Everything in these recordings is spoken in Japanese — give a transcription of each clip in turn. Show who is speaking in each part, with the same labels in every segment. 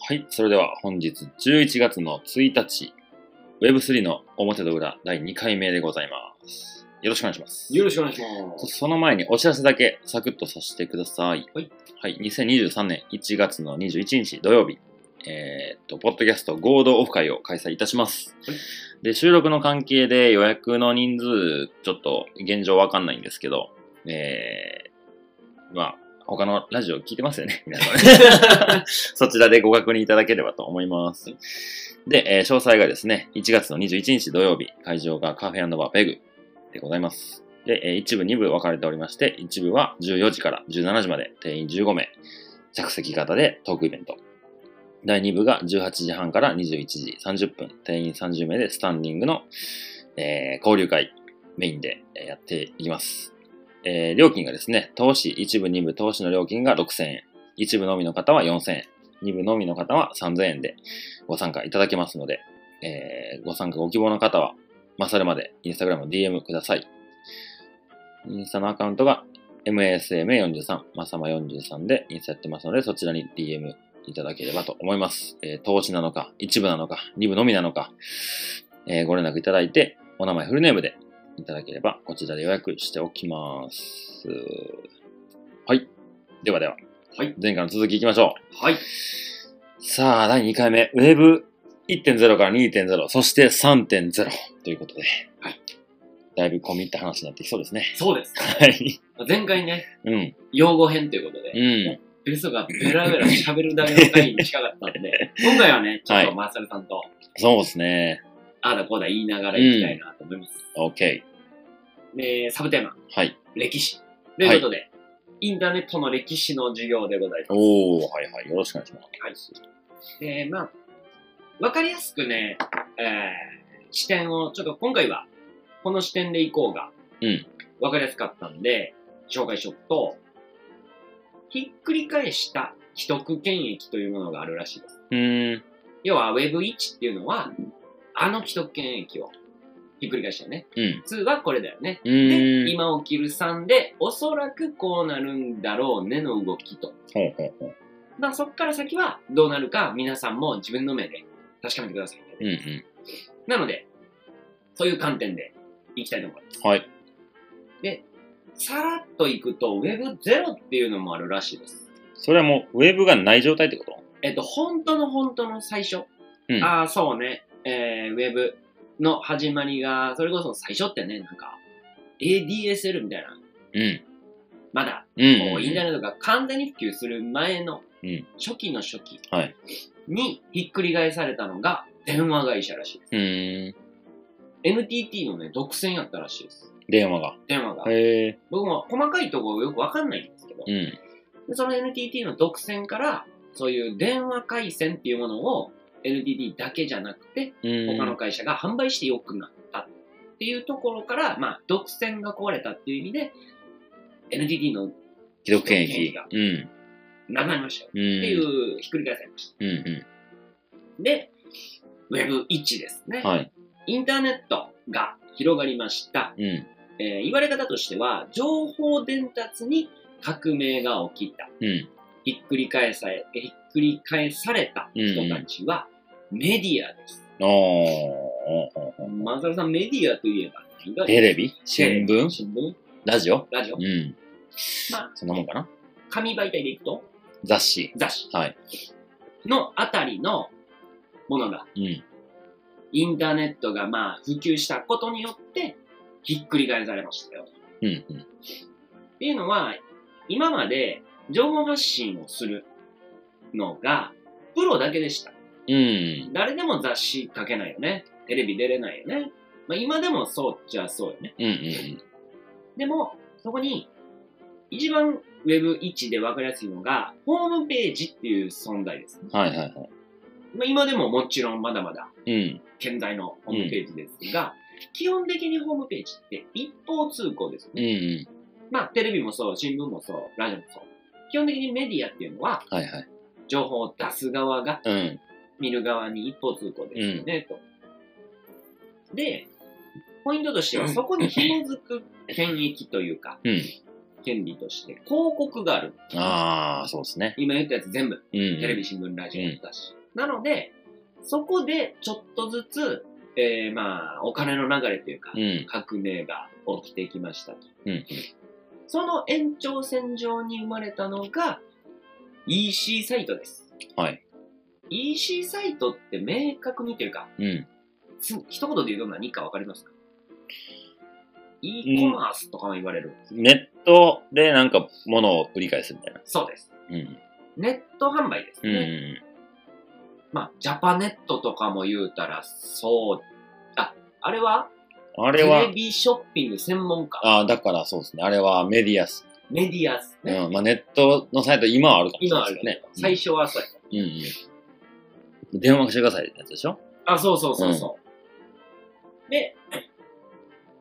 Speaker 1: はい、それでは本日11月の1日、Web3 の表と裏第2回目でございます。よろしくお願いします。
Speaker 2: よろしくお願いします。
Speaker 1: その前にお知らせだけサクッとさせてください。
Speaker 2: はい。
Speaker 1: はい、2023年1月の21日土曜日、えーっと、ポッドキャスト合同オフ会を開催いたします。
Speaker 2: はい
Speaker 1: で、収録の関係で予約の人数、ちょっと現状わかんないんですけど、えー、まあ、他のラジオ聞いてますよね、 皆さんね。そちらでご確認いただければと思います。で、えー詳細がですね、1月の21日土曜日、会場がカフェバーペグでございます。で、えー一部、二部分かれておりまして、一部は14時から17時まで、定員15名、着席型でトークイベント。第2部が18時半から21時30分、定員30名でスタンディングの、えー交流会メインでえーやっていきます。えー料金がですね、投資、一部、二部、投資の料金が6000円、一部のみの方は4000円、二部のみの方は3000円でご参加いただけますので、えーご参加ご希望の方は、まさるまでインスタグラムの DM ください。インスタのアカウントが masma43、まさま43でインスタやってますので、そちらに DM いただければと思います。えー投資なのか、一部なのか、二部のみなのか、えーご連絡いただいて、お名前フルネームでいただければ、こちらで予約しておきます。はい。ではでは、
Speaker 2: はい
Speaker 1: 前回の続きいきましょ
Speaker 2: はい。
Speaker 1: う。さあ、第2回目、Web1.0 から2.0、そして3.0ということで、
Speaker 2: はい
Speaker 1: だいぶ込み入った話になってきそうですね。
Speaker 2: そうです。
Speaker 1: はい。
Speaker 2: 前回ね、
Speaker 1: うん。
Speaker 2: 用語編ということで、
Speaker 1: うん。
Speaker 2: ベルソがベラベラ喋るだけの回に近かった んで、今回はね、ちょっ
Speaker 1: は
Speaker 2: と
Speaker 1: い
Speaker 2: マーサルさんと、
Speaker 1: そうですね。
Speaker 2: ああだこうだ言いながら行きたいなと思います。
Speaker 1: OK。
Speaker 2: で、サブテーマ、
Speaker 1: はい。
Speaker 2: 歴史。ということで、インターネットの歴史の授業でございます。
Speaker 1: おー、はいはい。よろしくお願いします。
Speaker 2: はい。で、まあ、わかりやすくね、えー、視点を、ちょっと今回は、この視点でいこうが、
Speaker 1: うん。
Speaker 2: わかりやすかったんで、紹介しよくと、ひっくり返した既得権益というものがあるらしいです。
Speaker 1: うーん。
Speaker 2: 要は Web1 っていうのは、あの既得権益をひっくり返したよね。
Speaker 1: うん。
Speaker 2: 2はこれだよね。
Speaker 1: う
Speaker 2: で、
Speaker 1: ーん。
Speaker 2: 今起きる3で、おそらくこうなるんだろうねの動きと。
Speaker 1: ほうほうほう。
Speaker 2: まあそこから先はどうなるか皆さんも自分の目で確かめてくださいね、
Speaker 1: うんうん。
Speaker 2: なので、そういう観点でいきたいと思います。
Speaker 1: はい。
Speaker 2: さらっといくと Web0 っていうのもあるらしいです。
Speaker 1: それはもう、ウェブがない状態ってこと
Speaker 2: えっと、本当の本当の最初。
Speaker 1: うん
Speaker 2: ああ、そうね。えー、ウェブの始まりが、それこそ最初ってね、なんか、ADSL みたいな、
Speaker 1: うん。
Speaker 2: まだ、
Speaker 1: うん。
Speaker 2: こうインターネットが完全に普及する前の
Speaker 1: うん、
Speaker 2: 初期の初期
Speaker 1: はい
Speaker 2: にひっくり返されたのが、電話会社らしいです。
Speaker 1: うーん。
Speaker 2: NTT のね、独占やったらしいです。
Speaker 1: 電話が。
Speaker 2: 電話が。
Speaker 1: へえ。
Speaker 2: 僕も細かいところよくわかんないんですけど、
Speaker 1: うん。
Speaker 2: でその NTT の独占から、そういう電話回線っていうものを NTT だけじゃなくて、
Speaker 1: うん。
Speaker 2: 他の会社が販売して良くなったっていうところから、まあ、独占が壊れたっていう意味で、NTT の
Speaker 1: 既得権益。
Speaker 2: が
Speaker 1: うん。うん。
Speaker 2: なくなりましたよ
Speaker 1: って
Speaker 2: って
Speaker 1: い
Speaker 2: いうう、ひっくり返されまし
Speaker 1: んう
Speaker 2: た。で、Web1 ですね
Speaker 1: ん。。はい。
Speaker 2: インターネットが広がりました。
Speaker 1: うん。
Speaker 2: えー言われ方としては、情報伝達に革命が起きた。
Speaker 1: うん。
Speaker 2: ひっくり返され、ひっくり返された人たちは、メディアです。
Speaker 1: あーおーおーおー。
Speaker 2: マサルさん、メディアといえば何が
Speaker 1: テレビ新
Speaker 2: テレビ
Speaker 1: 聞
Speaker 2: 新聞
Speaker 1: ラジオ
Speaker 2: ラジオ
Speaker 1: うん。
Speaker 2: まあ
Speaker 1: そんなもんかな
Speaker 2: 紙媒体でいくと、
Speaker 1: 雑誌。
Speaker 2: 雑誌
Speaker 1: はい。
Speaker 2: のあたりのものが、
Speaker 1: うん。
Speaker 2: インターネットがまあ普及したことによって、ひっくり返されましたよ。
Speaker 1: うん。うん。
Speaker 2: っていうのは、今まで情報発信をするのが、プロだけでした。
Speaker 1: うん。
Speaker 2: 誰でも雑誌書けないよね。テレビ出れないよね。まあ、今でもそうっちゃそうよね。
Speaker 1: うん。うん。
Speaker 2: でも、そこに、一番 Web1 で分かりやすいのが、ホームページっていう存在です、ね。
Speaker 1: はいはいはい。
Speaker 2: まあ、今でももちろんまだまだ
Speaker 1: うん。
Speaker 2: 健在のホームページですが、基本的にホームページって一方通行ですよ
Speaker 1: うん。
Speaker 2: ね。
Speaker 1: う
Speaker 2: まあ、テレビもそう、新聞もそう、ラジオもそう。基本的にメディアっていうのは、
Speaker 1: ん。はいはい。
Speaker 2: 情報を出す側が
Speaker 1: うん。
Speaker 2: 見る側に一方通行ですよね、と。で、ポイントとしては、そこに紐づく権益というか、
Speaker 1: うん。
Speaker 2: 権利として、広告がある。
Speaker 1: ああ、そうですね。
Speaker 2: 今言ったやつ全部、
Speaker 1: うん。
Speaker 2: テレビ、新聞、ラジオ、雑誌。なので、そこでちょっとずつ、えー、まあ、お金の流れというか、
Speaker 1: うん。
Speaker 2: 革命が起きてきましたと。
Speaker 1: うん
Speaker 2: その延長線上に生まれたのが EC サイトです。
Speaker 1: はい。
Speaker 2: EC サイトって明確にというか、
Speaker 1: うん。
Speaker 2: つ一言で言うと何かわかりますか ?e コマースとかも言われる、
Speaker 1: ネットでなんか物を売り買いするみたいな。
Speaker 2: そうです。
Speaker 1: うん。
Speaker 2: ネット販売です
Speaker 1: う
Speaker 2: ね。
Speaker 1: ん。
Speaker 2: まあ、ジャパネットとかも言うたら、そう、あ、あれは
Speaker 1: あれは
Speaker 2: テレ、ビショッピング専門家。
Speaker 1: ああ、だからそうですね。あれはメディアス。
Speaker 2: メディアスね。
Speaker 1: うん。まあネットのサイト、今はあるかもしれ
Speaker 2: 今
Speaker 1: な
Speaker 2: あ
Speaker 1: い
Speaker 2: る
Speaker 1: で
Speaker 2: けど、
Speaker 1: すけど
Speaker 2: 最
Speaker 1: ね。
Speaker 2: 初はそうやった。
Speaker 1: うん。うん。電話してくださいってやつでしょ
Speaker 2: あ、そうそうそうそう。で、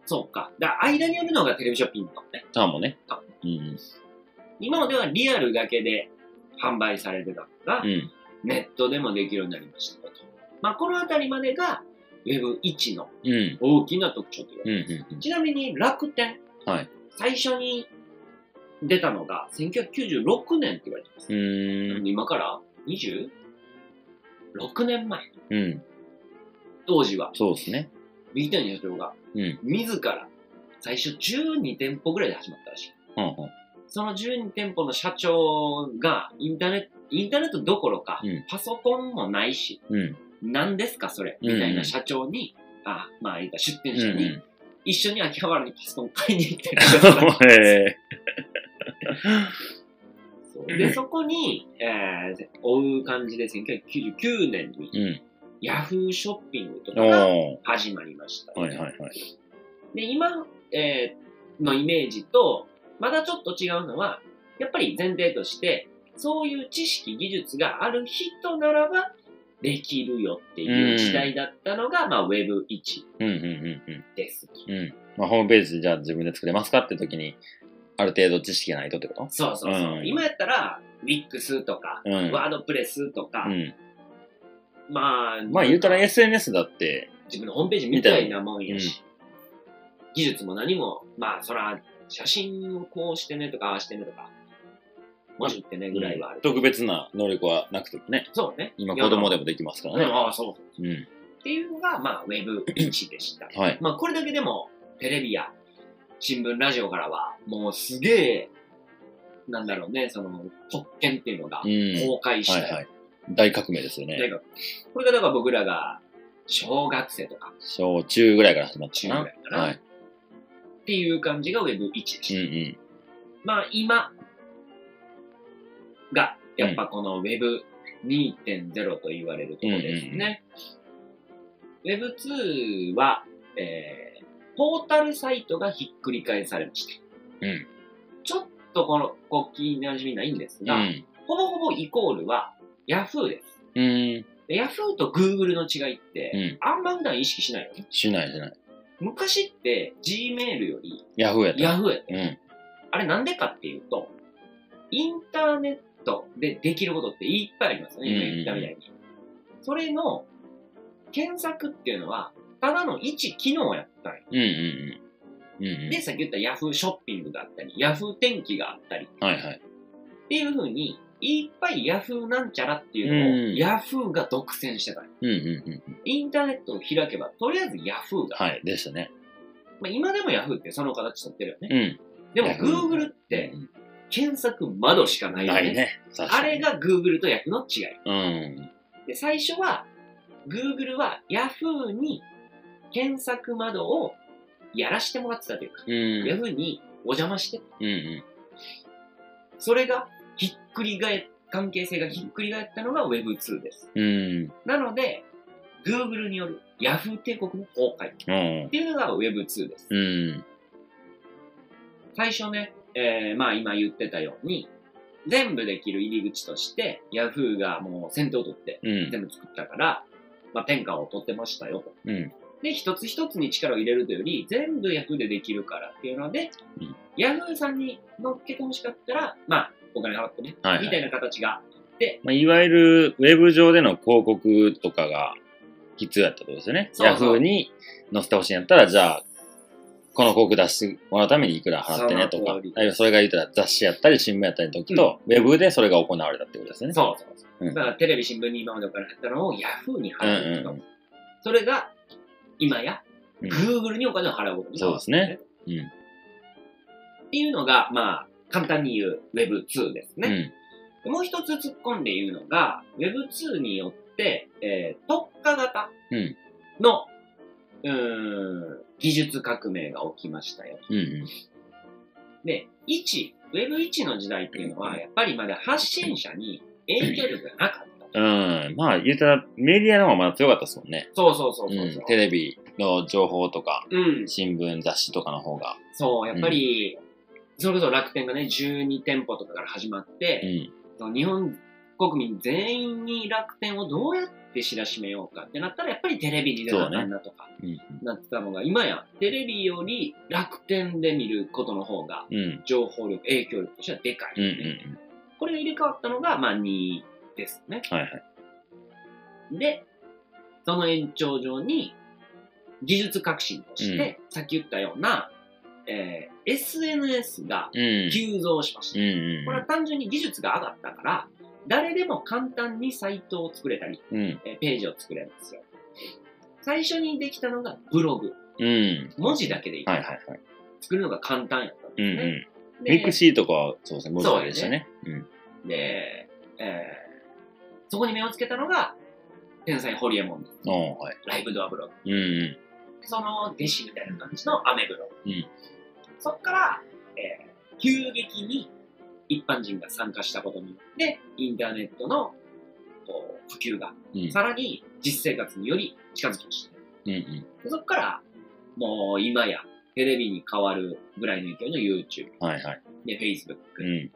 Speaker 2: そうか。だから間にあるのがテレビショッピングとね。
Speaker 1: ターンもね
Speaker 2: あ。
Speaker 1: うん。
Speaker 2: 今まではリアルだけで販売されてたのが、
Speaker 1: うん。
Speaker 2: ネットでもできるようになりましたと。まあ、このあたりまでが Web1 の
Speaker 1: うん。
Speaker 2: 大きな特徴と言わ
Speaker 1: うん。
Speaker 2: れ
Speaker 1: うん。
Speaker 2: ますちなみに楽天。
Speaker 1: はい
Speaker 2: 最初に出たのが1996年って言われてます。
Speaker 1: うん。うん
Speaker 2: 今から26年前。
Speaker 1: うん。
Speaker 2: 当時は
Speaker 1: そうですね。
Speaker 2: 三谷社長が
Speaker 1: うん。
Speaker 2: 自ら最初12店舗ぐらいで始まったらしい
Speaker 1: うん。
Speaker 2: その12店舗の社長がインターネットインターネットどころか、
Speaker 1: うん
Speaker 2: パソコンもないし
Speaker 1: うん。うん。
Speaker 2: 何ですかそれ
Speaker 1: うんうん
Speaker 2: みたいな社長に、あまあ言ったら出店
Speaker 1: う
Speaker 2: 者に、
Speaker 1: ん。
Speaker 2: 一緒に秋葉原にパソコン買いに行っ てる
Speaker 1: え
Speaker 2: そうでそこに、えー追う感じで1999年に
Speaker 1: ーうん。
Speaker 2: ヤフーショッピングとかが
Speaker 1: お
Speaker 2: 始まりました、
Speaker 1: ー。はいはいはい。
Speaker 2: で、今、えーのイメージと、まだちょっと違うのは、やっぱり前提として、そういう知識、技術がある人ならば、できるよっていう時代だったのが、まあ、Web1
Speaker 1: うんうんうんうん。
Speaker 2: です。
Speaker 1: うん。まあ、ホームページでじゃあ自分で作れますかって時に、ある程度知識がないとってこと
Speaker 2: そうそうそう。
Speaker 1: うん
Speaker 2: 今やったら、Wix とか、
Speaker 1: うん。
Speaker 2: ワードプレスとか、
Speaker 1: うん。
Speaker 2: まあ、
Speaker 1: まあ言うたら
Speaker 2: なんか
Speaker 1: SNS だって、
Speaker 2: 自分のホームページみたいなもんやし、技術も何も、まあ、そら、写真をこうしてねとか、ああしてねとか、文字ってねぐらいはある。
Speaker 1: 特別な能力はなくてもね、
Speaker 2: そうね。
Speaker 1: 今子供
Speaker 2: で
Speaker 1: でもできますから
Speaker 2: ね、
Speaker 1: ね。
Speaker 2: ああ、そう。
Speaker 1: うん。
Speaker 2: っていうのが、まあ、Web1 でした。
Speaker 1: はい。
Speaker 2: まあ、これだけでも、テレビや新聞、ラジオからは、もうすげえ、なんだろうね、その、特権っていうのが
Speaker 1: う、ん。
Speaker 2: 崩壊し
Speaker 1: は
Speaker 2: た
Speaker 1: いはい。大革命ですよね。
Speaker 2: なんかこれがだから僕らが、小学生とか、
Speaker 1: 小中ぐらいから始まった
Speaker 2: 中
Speaker 1: かな。
Speaker 2: 学かな、
Speaker 1: は
Speaker 2: っ
Speaker 1: い。
Speaker 2: ていう感じが Web1 でし
Speaker 1: う
Speaker 2: た。
Speaker 1: んうん。
Speaker 2: まあ、今が、やっぱこの Web2.0 と言われるところですね。Web2 は、えー、ポータルサイトがひっくり返されました。
Speaker 1: うん
Speaker 2: ちょっとこの、こう気になじみないんです
Speaker 1: う
Speaker 2: が、
Speaker 1: ん。
Speaker 2: ほぼほぼイコールは Yahoo です。
Speaker 1: うん。
Speaker 2: で Yahoo と Google の違いって、
Speaker 1: うん。
Speaker 2: あんま普段意識しないよね。
Speaker 1: しないしない。
Speaker 2: 昔って Gmail より
Speaker 1: ヤフーやった。
Speaker 2: Yahoo やった
Speaker 1: うん。
Speaker 2: あれなんでかっていうと、インターネットでできることっていっぱいありますよね、今言ったみたいに。それの検索っていうのは、ただの一機能やったんよ。
Speaker 1: うんうんうん。うんうん。
Speaker 2: で、さっき言った Yahoo ショッピングがあったり、Yahoo 天気があったりっ
Speaker 1: はいはい。
Speaker 2: ていう風に、いっぱい Yahoo なんちゃらっていうのを Yahoo が独占してたんよ。
Speaker 1: うんうんうん。
Speaker 2: インターネットを開けば、とりあえず Yahoo が。
Speaker 1: はい。でしたね。
Speaker 2: まあ、今でも Yahoo ってその形取ってるよね。
Speaker 1: うん。
Speaker 2: でも
Speaker 1: Yahoo
Speaker 2: Google っ
Speaker 1: う
Speaker 2: て
Speaker 1: ん
Speaker 2: 検索窓しかないよ
Speaker 1: ない
Speaker 2: ね。
Speaker 1: ね。確
Speaker 2: あ
Speaker 1: か
Speaker 2: れ
Speaker 1: に。
Speaker 2: が Google と Yahoo の違い。
Speaker 1: うん。
Speaker 2: で、最初は、Google は Yahoo に検索窓をやらしてもらってたというか、
Speaker 1: うん
Speaker 2: Yahoo にお邪魔して、
Speaker 1: うんうん。
Speaker 2: それがひっくり返っ、関係性がひっくり返ったのが Web2 です。
Speaker 1: うん。
Speaker 2: なので、Google による Yahoo 帝国の崩壊っ
Speaker 1: うん。
Speaker 2: ていうのが Web2 です。
Speaker 1: うん。
Speaker 2: 最初ね、えーまあ今言ってたように、全部できる入り口として、Yahoo がもう先頭を取って
Speaker 1: うん。
Speaker 2: 全部作ったから、まあ天下を取ってましたよと。
Speaker 1: うん。
Speaker 2: で、一つ一つに力を入れるというより、全部 Yahoo でできるからっていうので、
Speaker 1: うん
Speaker 2: ヤフ Yahoo さんに乗っけてほしかったら、まあ、お金払ってね、
Speaker 1: はいはい
Speaker 2: みたいな形が。
Speaker 1: まあ、いわゆる、ウェブ上での広告とかが必要だったってことですよね。
Speaker 2: そう
Speaker 1: ヤ
Speaker 2: そう
Speaker 1: フーに載せてほしいんやったら、じゃあ、広この広告出してもらうためにいくら払ってねと
Speaker 2: そ
Speaker 1: か
Speaker 2: の通り、
Speaker 1: あるいはそれが言ったら雑誌やったり新聞やったりの時と、ウェブでそれが行われたってことですよね。
Speaker 2: そうそうそう。
Speaker 1: うん
Speaker 2: だからテレビ、新聞に今までお金払ったのをヤフーに払うと、
Speaker 1: うんうん
Speaker 2: それが今や
Speaker 1: うん
Speaker 2: Google にお金を払うことにな
Speaker 1: そう
Speaker 2: るんね。
Speaker 1: ですね
Speaker 2: っていうのが、まあ、簡単に言う Web2 です
Speaker 1: う
Speaker 2: ね。
Speaker 1: ん。
Speaker 2: でもう一つ突っ込んで言うのが Web2 によって、えー特化型
Speaker 1: うん
Speaker 2: の、うーん技術革命が起きましたよ。
Speaker 1: うんうん。
Speaker 2: で、1、Web1 の時代っていうのは、やっぱりまだ発信者に影響力がなかった。
Speaker 1: うん。まあ、言ったら、メディアの方がまだ強かったですもんね。
Speaker 2: そうそうそう
Speaker 1: う
Speaker 2: そうそ
Speaker 1: ん
Speaker 2: う。。
Speaker 1: テレビの情報とか、
Speaker 2: うん、
Speaker 1: 新聞、雑誌とかの方が。
Speaker 2: そう、やっぱり、それこそ楽天がね、12店舗とかから始まっ
Speaker 1: う
Speaker 2: て、
Speaker 1: ん。
Speaker 2: その日本国民全員に楽天をどうやって知らしめようかってなったら、やっぱりテレビに出なあかんなとか、
Speaker 1: うん。
Speaker 2: なってたのが、今やテレビより楽天で見ることの方が、
Speaker 1: うん。
Speaker 2: 情報力、影響力としてはでかい、
Speaker 1: うん。うん。うん。
Speaker 2: これが入れ替わったのが、まあ2ですね。
Speaker 1: はいはい。
Speaker 2: で、その延長上に、技術革新として、さっき言ったような、えー SNS が
Speaker 1: うん。
Speaker 2: 急増しました
Speaker 1: うん。。うん
Speaker 2: これは単純に技術が上がったから、誰でも簡単にサイトを作れたり、
Speaker 1: うん。
Speaker 2: えーページを作れるんですよ。最初にできたのがブログ。
Speaker 1: うん。
Speaker 2: 文字だけでいい、
Speaker 1: はいはいはい。
Speaker 2: 作るのが簡単やったん
Speaker 1: う
Speaker 2: で
Speaker 1: ん
Speaker 2: すね。
Speaker 1: うん。
Speaker 2: で
Speaker 1: ミクシーとかは、そうですね、文字でしたね。うん。
Speaker 2: で、えーそこに目をつけたのが、天才ホリエモンの
Speaker 1: おーはい。
Speaker 2: ライブドアブログ。
Speaker 1: うんう
Speaker 2: その弟子みたいな感じのアメブロ。
Speaker 1: うん
Speaker 2: そっから、えー急激に一般人が参加したことによって、インターネットのこう普及が
Speaker 1: ん。うん。
Speaker 2: さらに実生活により近づきました。
Speaker 1: うんうん。
Speaker 2: でそこから、もう今やテレビに変わるぐらいの勢いの YouTube、
Speaker 1: はいはい。
Speaker 2: で Facebook、
Speaker 1: うん。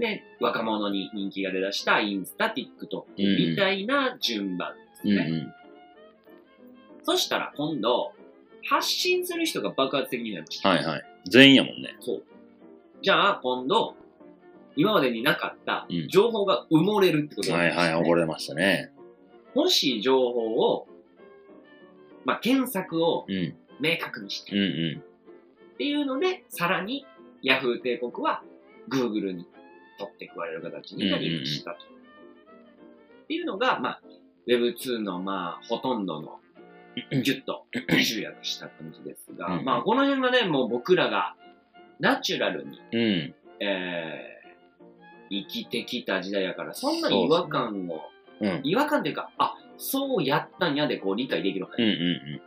Speaker 2: で若者に人気が出だしたインスタ、TikTok みたいな順番です
Speaker 1: うん
Speaker 2: ね。
Speaker 1: う
Speaker 2: そしたら今度、発信する人が爆発的になりまし
Speaker 1: ん。
Speaker 2: た。
Speaker 1: はいはい。全員やもんね。
Speaker 2: そう。じゃあ今度、今までになかった
Speaker 1: うん
Speaker 2: 情報が埋もれるってことにな
Speaker 1: は
Speaker 2: り
Speaker 1: い
Speaker 2: ま
Speaker 1: はい、
Speaker 2: したね
Speaker 1: 溺れましたね。
Speaker 2: もし情報を、まあ、検索を
Speaker 1: うん。
Speaker 2: 明確にして
Speaker 1: うんう
Speaker 2: っていうので、さらにヤフー帝国は Google に取って食われる形になりましたと。っていうのが、まあ、Web2 の、まあ、ほとんどの
Speaker 1: うん
Speaker 2: ギュッと集約した感じですが、
Speaker 1: うんうん
Speaker 2: まあ、この辺がね、もう僕らがナチュラルに、
Speaker 1: ん。うん。
Speaker 2: えー、生きてきた時代やから、そんなに違和感を、
Speaker 1: うん。
Speaker 2: 違和感というか、あ、そうやったんやで、こう理解できるわけ
Speaker 1: うんう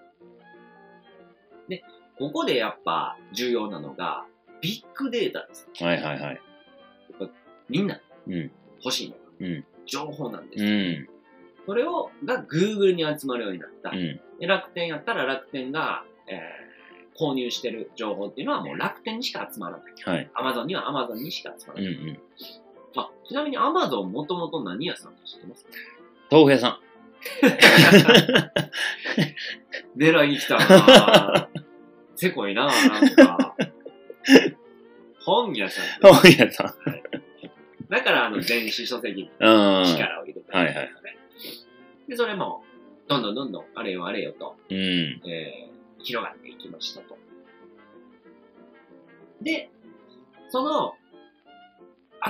Speaker 2: ここでやっぱ重要なのが、ビッグデータです。
Speaker 1: ん。はいはいはい。
Speaker 2: みんな
Speaker 1: うん
Speaker 2: 欲しいのが、
Speaker 1: うん
Speaker 2: 情報なんです、
Speaker 1: うん。
Speaker 2: それをが Google に集まるようになった、
Speaker 1: うん。
Speaker 2: で楽天やったら楽天が、えー購入してる情報っていうのはもう楽天にしか集まらない
Speaker 1: はい。
Speaker 2: Amazon には Amazon にしか集ま
Speaker 1: う
Speaker 2: ら
Speaker 1: んう
Speaker 2: ない、
Speaker 1: ん。
Speaker 2: あちなみに Amazon もともと何屋さんか知って ますか
Speaker 1: 豆腐屋さん。
Speaker 2: 狙いに来たなぁせこいなぁなんか本屋さん
Speaker 1: 豆腐屋さん。
Speaker 2: だからあの電子書籍に
Speaker 1: うん。
Speaker 2: 力を入れてるんですよね、
Speaker 1: はいはい
Speaker 2: でそれもどんどんどんどんあれよあれよと
Speaker 1: うん。
Speaker 2: えー広がっていきましたと。で、その、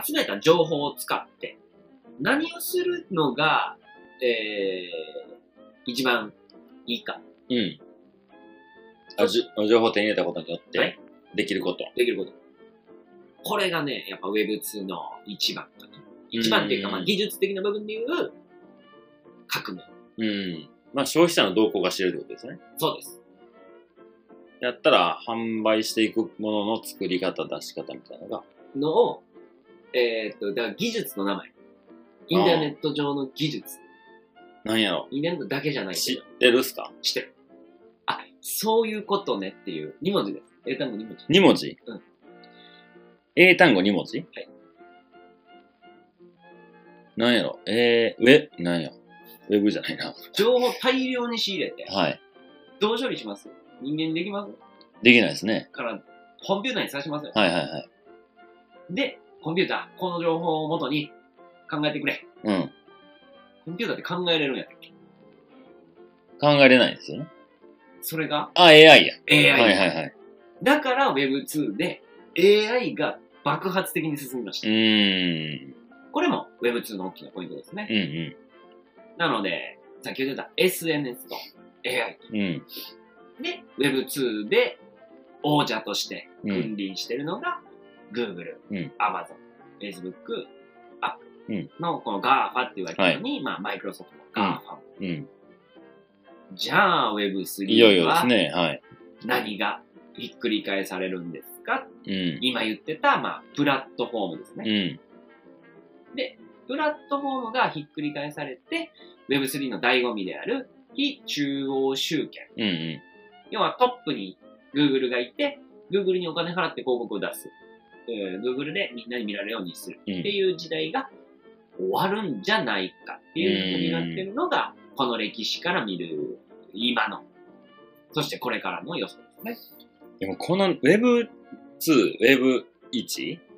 Speaker 2: 集めた情報を使って、何をするのが、えー一番いいか、
Speaker 1: うん。あじゅ情報を手に入れたことによっ
Speaker 2: は
Speaker 1: て
Speaker 2: い、
Speaker 1: できること。
Speaker 2: できること。これがね、やっぱ Web2 の一番かな。一番っていうか、まあ、技術的な部分でいう、革命。
Speaker 1: うん。まあ、消費者の動向が知れるってことですね。
Speaker 2: そうです。
Speaker 1: やったら、販売していくものの作り方、出し方みたいなのが。
Speaker 2: のを、えーっと、だから技術の名前。インターネット上の技術。
Speaker 1: なんやろ
Speaker 2: インターネットだけじゃないけ
Speaker 1: 知
Speaker 2: ど。
Speaker 1: ってるっすか
Speaker 2: してる。あ、そういうことねっていう、2文字です。英単語2文字。
Speaker 1: ?2 文字
Speaker 2: うん。。
Speaker 1: 英単語2文字はいなんやろえー、ウェ、なんや。ウェブじゃないな。
Speaker 2: 情報大量に仕入れて、
Speaker 1: はい。
Speaker 2: どう処理します人間にできます
Speaker 1: できないですね。
Speaker 2: から、コンピューターにさせますよ。
Speaker 1: はいはいはい。
Speaker 2: で、コンピューター、この情報をもとに考えてくれ。
Speaker 1: うん。
Speaker 2: コンピューターって考えれるんやったっけ
Speaker 1: 考えれないですよね。
Speaker 2: それが
Speaker 1: あ、AI や。
Speaker 2: AI。
Speaker 1: はいはいはい。
Speaker 2: だから Web2 で AI が爆発的に進みまし
Speaker 1: う
Speaker 2: た。
Speaker 1: ーん。
Speaker 2: これも Web2 の大きなポイントですね。
Speaker 1: うんう
Speaker 2: なので、先ほど言った SNS と AI
Speaker 1: ん。うん。
Speaker 2: で Web2 で王者として
Speaker 1: うん。
Speaker 2: 君臨してるのが Google、
Speaker 1: うん
Speaker 2: Amazon、Facebook、
Speaker 1: う
Speaker 2: Apple
Speaker 1: ん
Speaker 2: のこの GAFA って言われたのに、まあマイクロソフトの GAFA。
Speaker 1: うん。
Speaker 2: じゃあ
Speaker 1: いよい
Speaker 2: Web3
Speaker 1: よです
Speaker 2: は
Speaker 1: ね。はい。
Speaker 2: 何がひっくり返されるんですか
Speaker 1: うん。
Speaker 2: 今言ってた、まあ、プラットフォームですね。
Speaker 1: うん。
Speaker 2: プラットフォームがひっくり返されて、Web3 の醍醐味である非中央集権。
Speaker 1: うんう
Speaker 2: 要はトップに Google がいて、Google にお金払って広告を出す。えー Google でみんなに見られるようにする。
Speaker 1: ん。う
Speaker 2: って
Speaker 1: ん。
Speaker 2: いう時代が終わるんじゃないかっていうふうになってるのが、この歴史から見る今の、そしてこれからの予想ですね。
Speaker 1: でもこの Web2、Web1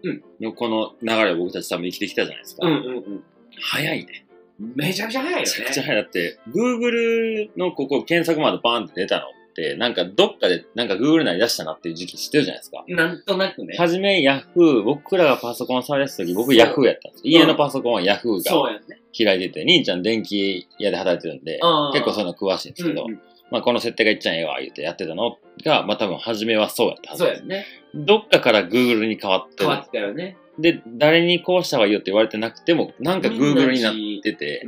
Speaker 2: うん
Speaker 1: のこの流れを僕たち多分生きてきたじゃないですか。
Speaker 2: うん
Speaker 1: 早いね。
Speaker 2: うん。めちゃくちゃ早いよね。
Speaker 1: めちゃくちゃ早い。だって、Google のここ検索までバーンって出たのって、なんかどっかでなんか Google なり出したなっていう時期知ってるじゃないですか。
Speaker 2: なんとなくね。
Speaker 1: はじめ Yahoo、僕らがパソコン触り出すとき、僕
Speaker 2: そう
Speaker 1: Yahoo やったんです。家のパソコンは Yahoo が
Speaker 2: そうやね。
Speaker 1: 開いてて、兄ちゃん電気屋で働いてるんで
Speaker 2: あー、
Speaker 1: 結構そういうの詳しいんですけど、
Speaker 2: うん
Speaker 1: まあこの設定がいっちゃええわ、言ってやってたのが、まあ多分初めはそうやった
Speaker 2: うん
Speaker 1: はず
Speaker 2: そう
Speaker 1: で
Speaker 2: や
Speaker 1: す。
Speaker 2: ね。
Speaker 1: どっかから Google に変わって
Speaker 2: 変わっ
Speaker 1: る。
Speaker 2: てたよね。
Speaker 1: で、誰にこうした方がいいよって言われてなくても、なんか Google になってて、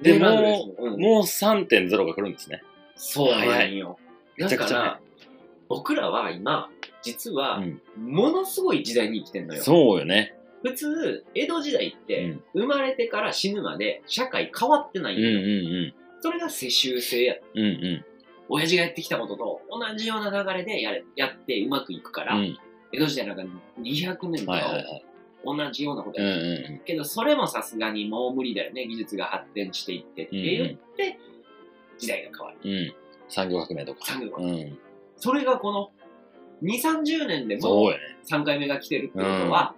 Speaker 1: で
Speaker 2: メールアドレス
Speaker 1: も
Speaker 2: もう
Speaker 1: う、
Speaker 2: ん
Speaker 1: もう3.0が来るんですね。
Speaker 2: そうなんよ。
Speaker 1: め
Speaker 2: だ
Speaker 1: ちゃ
Speaker 2: か
Speaker 1: くちゃ
Speaker 2: ら
Speaker 1: ね、
Speaker 2: 僕らは今、実は
Speaker 1: う、ん
Speaker 2: ものすごい時代に生きてんのよ。
Speaker 1: そうよね。
Speaker 2: 普通、江戸時代っ
Speaker 1: うん
Speaker 2: て、生まれてから死ぬまで社会変わってな
Speaker 1: う
Speaker 2: い
Speaker 1: ん
Speaker 2: ん
Speaker 1: う
Speaker 2: よ、
Speaker 1: ん
Speaker 2: それが世襲制や。
Speaker 1: うん。うんう
Speaker 2: 親父がやってきたことと同じような流れでやれやってうまくいくから、
Speaker 1: ん。うん。
Speaker 2: 江戸時代なんか200年と
Speaker 1: はいはいは
Speaker 2: か
Speaker 1: い。
Speaker 2: 同じようなこと
Speaker 1: うん
Speaker 2: や
Speaker 1: う
Speaker 2: っ
Speaker 1: ん
Speaker 2: てるけど、それもさすがにもう無理だよね。技術が発展していってって言って、時代が変わる。
Speaker 1: うん。うん。産業革命とか。
Speaker 2: 産業革
Speaker 1: うん。
Speaker 2: それがこの2、30年でもう
Speaker 1: そうやね。
Speaker 2: 3回目が来てるってことは、だか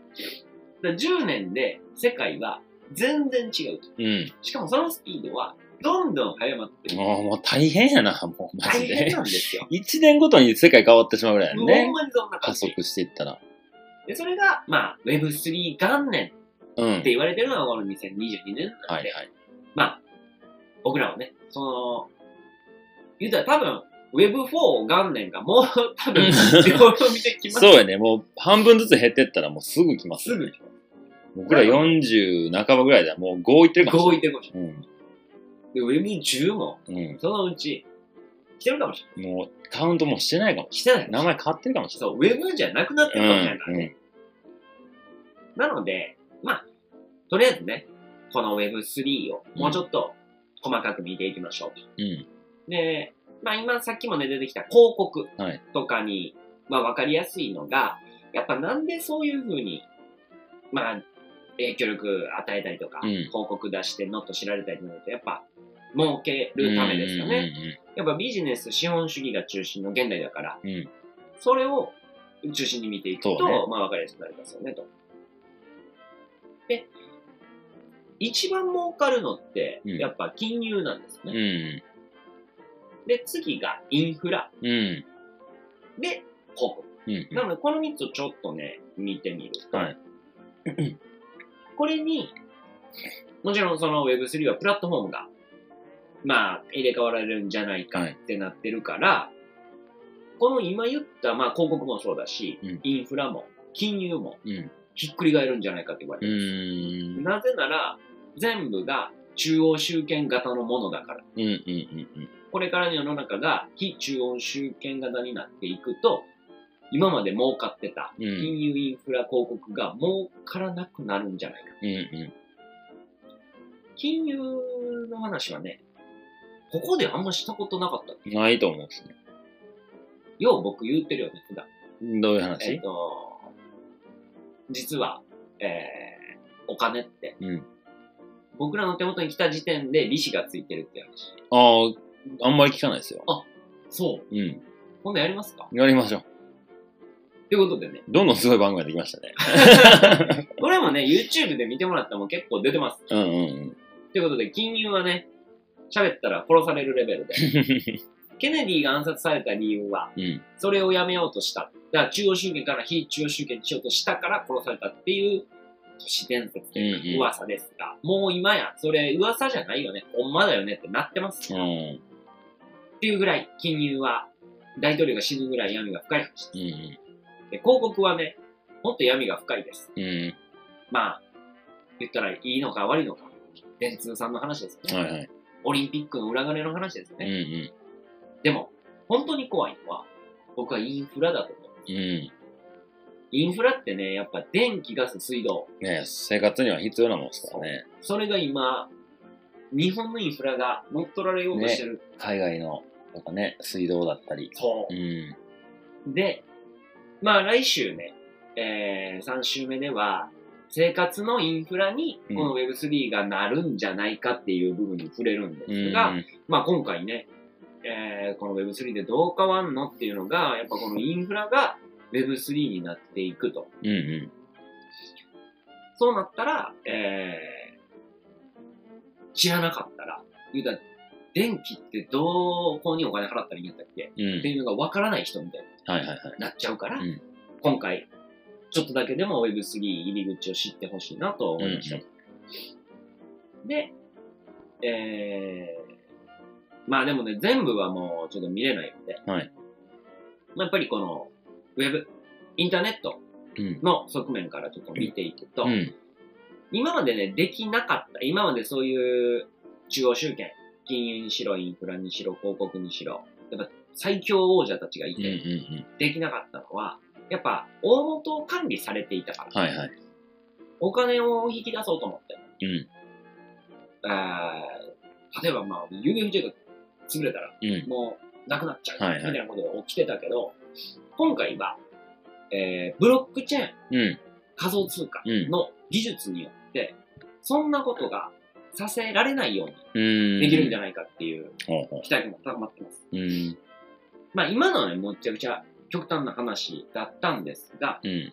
Speaker 2: ら10年で世界は全然違うと。
Speaker 1: うん。
Speaker 2: しかもそのスピードはどんどん速まってる。
Speaker 1: もう、もう大変やな、もう、マ
Speaker 2: 大
Speaker 1: ジ
Speaker 2: 変
Speaker 1: で
Speaker 2: な。んですよ。
Speaker 1: 一年ごとに世界変わってしまうぐらい
Speaker 2: も
Speaker 1: や
Speaker 2: うほ
Speaker 1: ね。
Speaker 2: んまにそん
Speaker 1: 加
Speaker 2: な感じ。
Speaker 1: 速していったら。
Speaker 2: で、それが、まあ、Web3 元年
Speaker 1: うん。は
Speaker 2: って
Speaker 1: い
Speaker 2: 言われてるのがこの2022年な
Speaker 1: は
Speaker 2: んで、
Speaker 1: い。
Speaker 2: まあ、僕らはね、その、言うたら多分、Web4 元年がもう多分、両方見てきます。
Speaker 1: そうやね。もう、半分ずつ減ってったらもうすぐ来ます
Speaker 2: す
Speaker 1: よ
Speaker 2: ぐ
Speaker 1: ね。僕ら40半ばぐらいではもう5いってるかも
Speaker 2: 合
Speaker 1: し
Speaker 2: 意でこし
Speaker 1: れない。
Speaker 2: で、Web10 も、
Speaker 1: うん。う
Speaker 2: そのうち、来てるかもしれない。
Speaker 1: ん。もう、カウントもうしてないかもし
Speaker 2: 来てな
Speaker 1: れ
Speaker 2: い。
Speaker 1: ない。名前変わってるかもしれ
Speaker 2: そう、Web じゃなくなってるかもし
Speaker 1: な
Speaker 2: れないいからね。。なので、まあ、とりあえずね、この Web3 をもうちょっと細かく見ていきましょうと。
Speaker 1: うん。うん。
Speaker 2: で、まあ今さっきもね出てきた広告
Speaker 1: はい
Speaker 2: とかに、まあわかりやすいのが、やっぱなんでそういう風に、まあ影響力与えたりとか、
Speaker 1: うん
Speaker 2: 広告出してノット知られたりとか、やっぱ儲けるためですよね。やっぱビジネス資本主義が中心の現代だから、
Speaker 1: うん。うんうん。
Speaker 2: それを中心に見ていくと、
Speaker 1: そうね
Speaker 2: まあ分かりやすくなりますよね、と。で、一番儲かるのって、
Speaker 1: うん
Speaker 2: やっぱ金融なんですよ
Speaker 1: う
Speaker 2: ね。
Speaker 1: ん。
Speaker 2: で、次がインフラ。
Speaker 1: うん。
Speaker 2: で、広告。
Speaker 1: うん。
Speaker 2: なので、この3つをちょっとね、見てみると、
Speaker 1: はい
Speaker 2: これに、もちろんその Web3 はプラットフォームが、まあ、入れ替わられるんじゃないか
Speaker 1: はい
Speaker 2: ってなってるから、この今言った、まあ、広告もそうだし、
Speaker 1: うん
Speaker 2: インフラも、金融も、
Speaker 1: うん。
Speaker 2: ひっくり返るんじゃないかって言われ
Speaker 1: う
Speaker 2: てます。
Speaker 1: ん。
Speaker 2: なぜなら、全部が中央集権型のものだから。
Speaker 1: うん。うん。うん。
Speaker 2: これからの世の中が非中央集権型になっていくと、今まで儲かってた
Speaker 1: うん。うん。
Speaker 2: 金融インフラ広告が儲からなくなるんじゃないか。
Speaker 1: うん。
Speaker 2: 金融の話はね、ここであんましたことなかった。
Speaker 1: うん。ないと思うんですね。
Speaker 2: よう僕言ってるよね、普段。
Speaker 1: どういう
Speaker 2: えっ、
Speaker 1: 話
Speaker 2: と、実は、えー、お金って、
Speaker 1: うん
Speaker 2: 僕らの手元に来た時点で利子がついてるって話。
Speaker 1: ああ、あんまり聞かないですよ。
Speaker 2: そう。
Speaker 1: うん。
Speaker 2: 今度やりますか
Speaker 1: やりましょう。
Speaker 2: ということでね、
Speaker 1: どんどんすごい番組ができましたね。
Speaker 2: これもね、YouTube で見てもらったらもう結構出てます。
Speaker 1: うんうんうん。
Speaker 2: ということで、金融はね、喋ったら殺されるレベルで、ケネディが暗殺された理由は、
Speaker 1: うん。
Speaker 2: それをやめようとした。だから中央集権から非中央集権にしようとしたから殺されたっていう都市伝説というか噂ですが、もう今や、それ噂じゃないよね、ほんまだよねってなってます。
Speaker 1: う
Speaker 2: っ
Speaker 1: ん。
Speaker 2: ていうぐらい、金融は大統領が死ぬぐらい闇が深い話
Speaker 1: うん。うん
Speaker 2: で、広告はね、もっと闇が深いです。
Speaker 1: う
Speaker 2: まあ、言ったらいいのか悪いのか、電通さんの話ですよ
Speaker 1: ん。
Speaker 2: ね。
Speaker 1: はいはい。
Speaker 2: オリンピックの裏金の話ですよ
Speaker 1: うん
Speaker 2: ね。でも、本当に怖いのは、僕はインフラだと思う。
Speaker 1: うん。うん。
Speaker 2: インフラってね、やっぱ電気、ガス、水道、
Speaker 1: ね生活には必要なもんですからね。
Speaker 2: それが今、日本のインフラが乗っ取られようとしてる。
Speaker 1: 海外の、なんかね、水道だったり。
Speaker 2: そ
Speaker 1: うん。
Speaker 2: う。で、まあ来週ね、えー、3週目では、生活のインフラに、この Web3 がなるんじゃないかっていう部分に触れるんで
Speaker 1: う
Speaker 2: す
Speaker 1: ん。
Speaker 2: が、まあ今回ね、えー、この Web3 でどう変わんのっていうのが、やっぱこのインフラが Web3 になっていくと。
Speaker 1: うんう
Speaker 2: そうなったら、えー、知らなかったら、言うたら、電気ってどこにお金払ったらいいんやったっけ
Speaker 1: ん。う
Speaker 2: って
Speaker 1: ん。
Speaker 2: いうのが分からない人みたいに
Speaker 1: はいはいはい。
Speaker 2: なっちゃうから、
Speaker 1: うん
Speaker 2: 今回、ちょっとだけでも Web3 入り口を知ってほしいなと思いました。
Speaker 1: うん
Speaker 2: で、えー、まあでもね、全部はもうちょっと見れないので、
Speaker 1: はい
Speaker 2: まあやっぱりこの、ウェブ、インターネット
Speaker 1: うん。
Speaker 2: の側面からちょっと見ていくと、
Speaker 1: うん。
Speaker 2: 今までね、できなかった。今までそういう中央集権、金融にしろ、インフラにしろ、広告にしろ、やっぱ最強王者たちがい
Speaker 1: うんう
Speaker 2: て、
Speaker 1: ん
Speaker 2: できなかったのは、やっぱ大元を管理されていたから、
Speaker 1: うん。はいはい。
Speaker 2: お金を引き出そうと思って、
Speaker 1: うん。
Speaker 2: あー例えばまあ、有限不が潰れたら、
Speaker 1: うん。
Speaker 2: もうなくなっちゃう、
Speaker 1: はいはい
Speaker 2: みたいなことが起きてたけど、今回は、えーブロックチェーン、
Speaker 1: うん。
Speaker 2: 仮想通貨
Speaker 1: うん
Speaker 2: の技術によって、そんなことがさせられないように、
Speaker 1: うん。
Speaker 2: できるんじ
Speaker 1: じゃ
Speaker 2: ゃないかっていう
Speaker 1: ほうほ
Speaker 2: 期待感も高まってます。
Speaker 1: う。うん。
Speaker 2: まあ今のはね、むちゃくちゃ極端な話だったんですが、
Speaker 1: うん。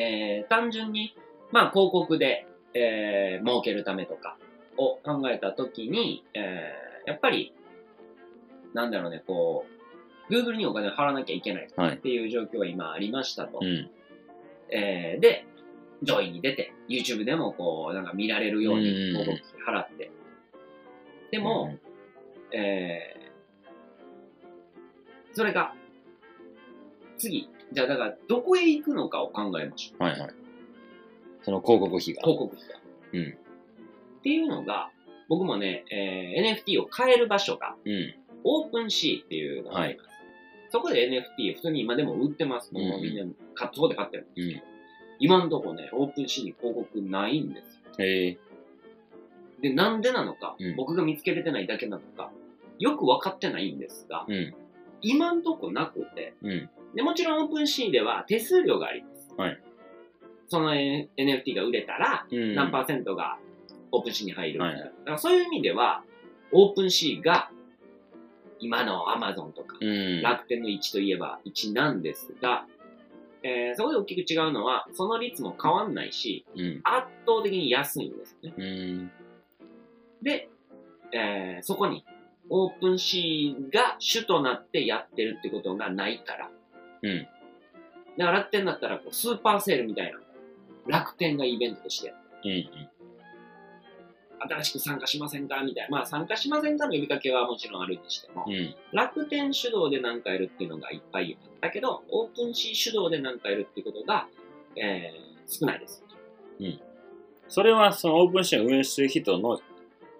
Speaker 2: えー、単純に、まあ広告で、えー、儲けるためとかを考えたときに、えー、やっぱり、なんだろうね、こう、Google にお金を払わなきゃいけない
Speaker 1: はい
Speaker 2: っていう状況が今ありましたと。
Speaker 1: うん。
Speaker 2: えー、で、上位に出て、YouTube でもこう、なんか見られるように
Speaker 1: うん
Speaker 2: 広告費払って。でも、えーそれが、次、じゃあだから、どこへ行くのかを考えましょ
Speaker 1: うん、はいはい。その広告費
Speaker 2: う。
Speaker 1: が。
Speaker 2: 広告費が。
Speaker 1: うん
Speaker 2: っていうのが、僕もね、えー NFT を買える場所が、
Speaker 1: うん。
Speaker 2: オープンシーっていうのがあります。そこで NFT、普通に今でも売ってます。も
Speaker 1: うんう
Speaker 2: うんみんな、買っそこで買ってる。
Speaker 1: うん。
Speaker 2: 今んとこね、オープンシーに広告ないんですよ。
Speaker 1: へえ。
Speaker 2: で、なんでなのか、
Speaker 1: うん
Speaker 2: 僕が見つけれてないだけなのか、よく分かってないんですが、
Speaker 1: うん。
Speaker 2: 今んとこなくて、
Speaker 1: うん。
Speaker 2: で、もちろんオープンシーでは手数料があります。
Speaker 1: はい。
Speaker 2: その N- NFT が売れたら、
Speaker 1: うん。
Speaker 2: 何パーセントがオープンシーに入る。
Speaker 1: はいはい
Speaker 2: だからそういう意味では、オープンシーが今の Amazon とか
Speaker 1: うん。
Speaker 2: 楽天の1といえば1なんですが、えーそこで大きく違うのは、その率も変わんないし、
Speaker 1: うん。
Speaker 2: 圧倒的に安いんですね。
Speaker 1: うん。
Speaker 2: で、えーそこにオープンシーが主となってやってるってことがないから、
Speaker 1: うん。
Speaker 2: だから楽天だったらこうスーパーセールみたいなの楽天がイベントとして
Speaker 1: うん。
Speaker 2: 新しく参加しませんかみたいなまあ参加しませんかの呼びかけはもちろんあるにしても
Speaker 1: うん。
Speaker 2: 楽天主導で何かやるっていうのがいっぱいあったけどオープンシー主導で何かやるっていうことが、えー少ないです
Speaker 1: それは、そのオープンシーンを運営してる人の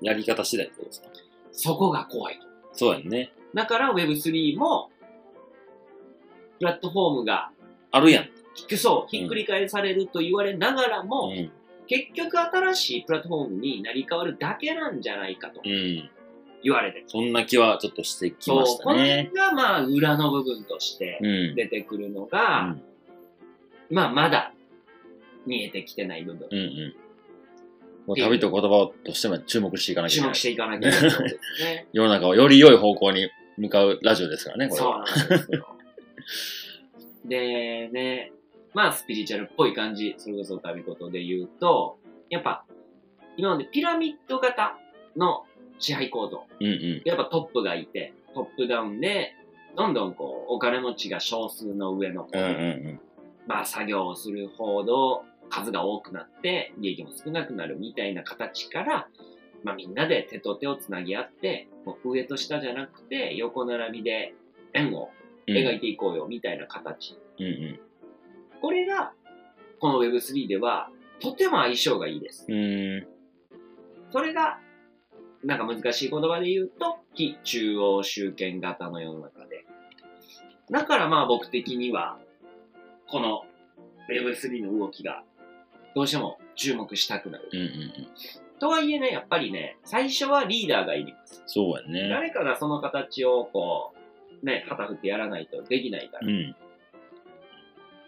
Speaker 1: やり方次第ってことですか
Speaker 2: そこが怖いと
Speaker 1: そうやんね。
Speaker 2: だから Web3 もプラットフォームが
Speaker 1: あるやん。
Speaker 2: ひそうひっくり返されると言われながらも、
Speaker 1: ん。
Speaker 2: 結局新しいプラットフォームになり変わるだけなんじゃないかと
Speaker 1: うん。
Speaker 2: 言われてる
Speaker 1: そんな気はちょっとしてきましたね。
Speaker 2: そうこれがまあ裏の部分として
Speaker 1: うん。
Speaker 2: 出てくるのが、まあまだ見えてきてない部分。
Speaker 1: うんうん。もう旅と言葉としても注目していかなきゃい
Speaker 2: 注
Speaker 1: けな
Speaker 2: 目
Speaker 1: い。
Speaker 2: し。ていかなきゃいけないですね
Speaker 1: 世の中をより良い方向に向かうラジオですからね、 これ
Speaker 2: そう
Speaker 1: は。
Speaker 2: なんですよ。でね、まあスピリチュアルっぽい感じ、それこそ旅事で言うと、やっぱ今までピラミッド型の支配構造、
Speaker 1: うんうん。
Speaker 2: やっぱトップがいて、トップダウンで、どんどんこう、お金持ちが少数の上の方、
Speaker 1: うんうん
Speaker 2: まあ作業をするほど数が多くなって、利益も少なくなるみたいな形から、まあみんなで手と手をつなぎ合って、もう上と下じゃなくて、横並びで円を
Speaker 1: うん。
Speaker 2: 描いていこうよみたいな形。
Speaker 1: うんうん。
Speaker 2: これが、この Web3 では、とても相性がいいです。
Speaker 1: うーん。
Speaker 2: それが、なんか難しい言葉で言うと、非中央集権型の世の中で。だからまあ僕的には、この Web3 の動きが、どうしても注目したくなる。
Speaker 1: うんうんうん。
Speaker 2: とはいえね、やっぱりね、最初はリーダーがいります。
Speaker 1: そうやね。
Speaker 2: 誰かがその形をこう、ね、旗振ってやらないとできないから。
Speaker 1: うん。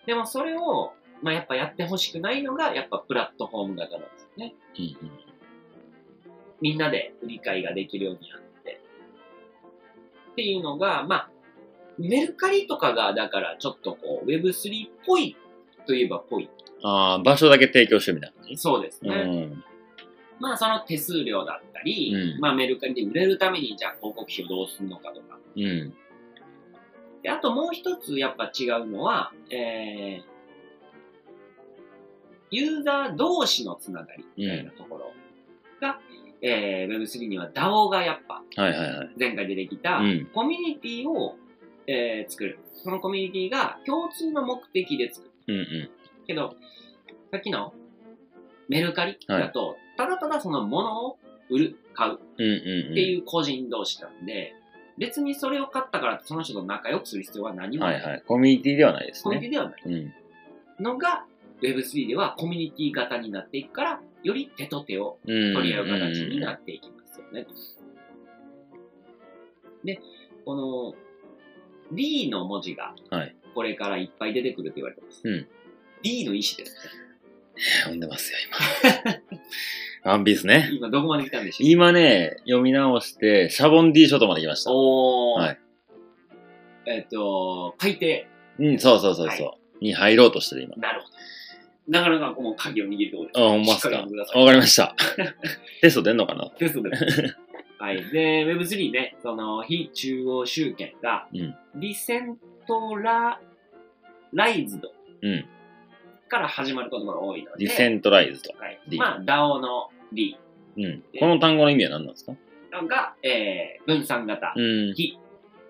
Speaker 2: でもそれを、まあやっぱやってほしくないのが、やっぱプラットフォーム型なんですよね。
Speaker 1: うん
Speaker 2: みんなで理解ができるようになって。っていうのが、まあ、メルカリとかが、だからちょっとこう、Web3 っぽいといえばっぽい。
Speaker 1: うん。ああ、場所だけ提供してみたいな感じ
Speaker 2: そうです
Speaker 1: う
Speaker 2: ね。
Speaker 1: ん。
Speaker 2: まあ、その手数料だったり、
Speaker 1: うん
Speaker 2: まあ、メルカリで売れるために、じゃあ広告費をどうするのかとか。
Speaker 1: うん。
Speaker 2: で、あともう一つやっぱ違うのは、えー、ユーザー同士のつながりみたいなところが、えー、Web3 には DAO がやっぱ
Speaker 1: はいはいはい。
Speaker 2: 前回出てきた、
Speaker 1: うん。
Speaker 2: コミュニティを、えー作る。そのコミュニティが共通の目的で作る。
Speaker 1: うんう
Speaker 2: けど、さっきのメルカリだと、ただただその物を売る、買うっ
Speaker 1: ん。うんうんうん。
Speaker 2: ていう個人同士なんで、別にそれを買ったからってその人と仲良くする必要は何も
Speaker 1: は
Speaker 2: ない。
Speaker 1: いはい。コミュニティではないです
Speaker 2: コミュ
Speaker 1: ね。
Speaker 2: ニティではない。
Speaker 1: うん。
Speaker 2: のが、Web3 ではコミュニティ型になっていくから、より手と手を
Speaker 1: うん。
Speaker 2: 取り合う形にな
Speaker 1: る。
Speaker 2: っていきますよね。で、この D の文字が
Speaker 1: はい
Speaker 2: これからいっぱい出てくると言われてます。
Speaker 1: うん
Speaker 2: D の意思です。
Speaker 1: 読んでますよ、今。ワンピースね。
Speaker 2: 今どこまで来たんでしょう
Speaker 1: 今ね、読み直して、シャボン D ショットまで来ました。
Speaker 2: おー、
Speaker 1: はい
Speaker 2: えっ、と、海底。
Speaker 1: うん、そうそうそうそう、に入ろうとしてる今。
Speaker 2: なるほど。なかなかこの鍵を握るところです。
Speaker 1: あ、ほんまっ
Speaker 2: し
Speaker 1: すか。
Speaker 2: っかり
Speaker 1: わか
Speaker 2: 読んでください
Speaker 1: りま した。テスト出んのかな
Speaker 2: テストです。はい。で、Web3 ね、その、非中央集権が、
Speaker 1: うん
Speaker 2: ディセントラライズド
Speaker 1: うん。
Speaker 2: から始まる言葉が多いので、
Speaker 1: ディセントライズと。
Speaker 2: はい
Speaker 1: D
Speaker 2: まあ、DAO の D
Speaker 1: うん。この単語の意味は何なんですか
Speaker 2: が、えー、分散型、
Speaker 1: うん。うん
Speaker 2: 非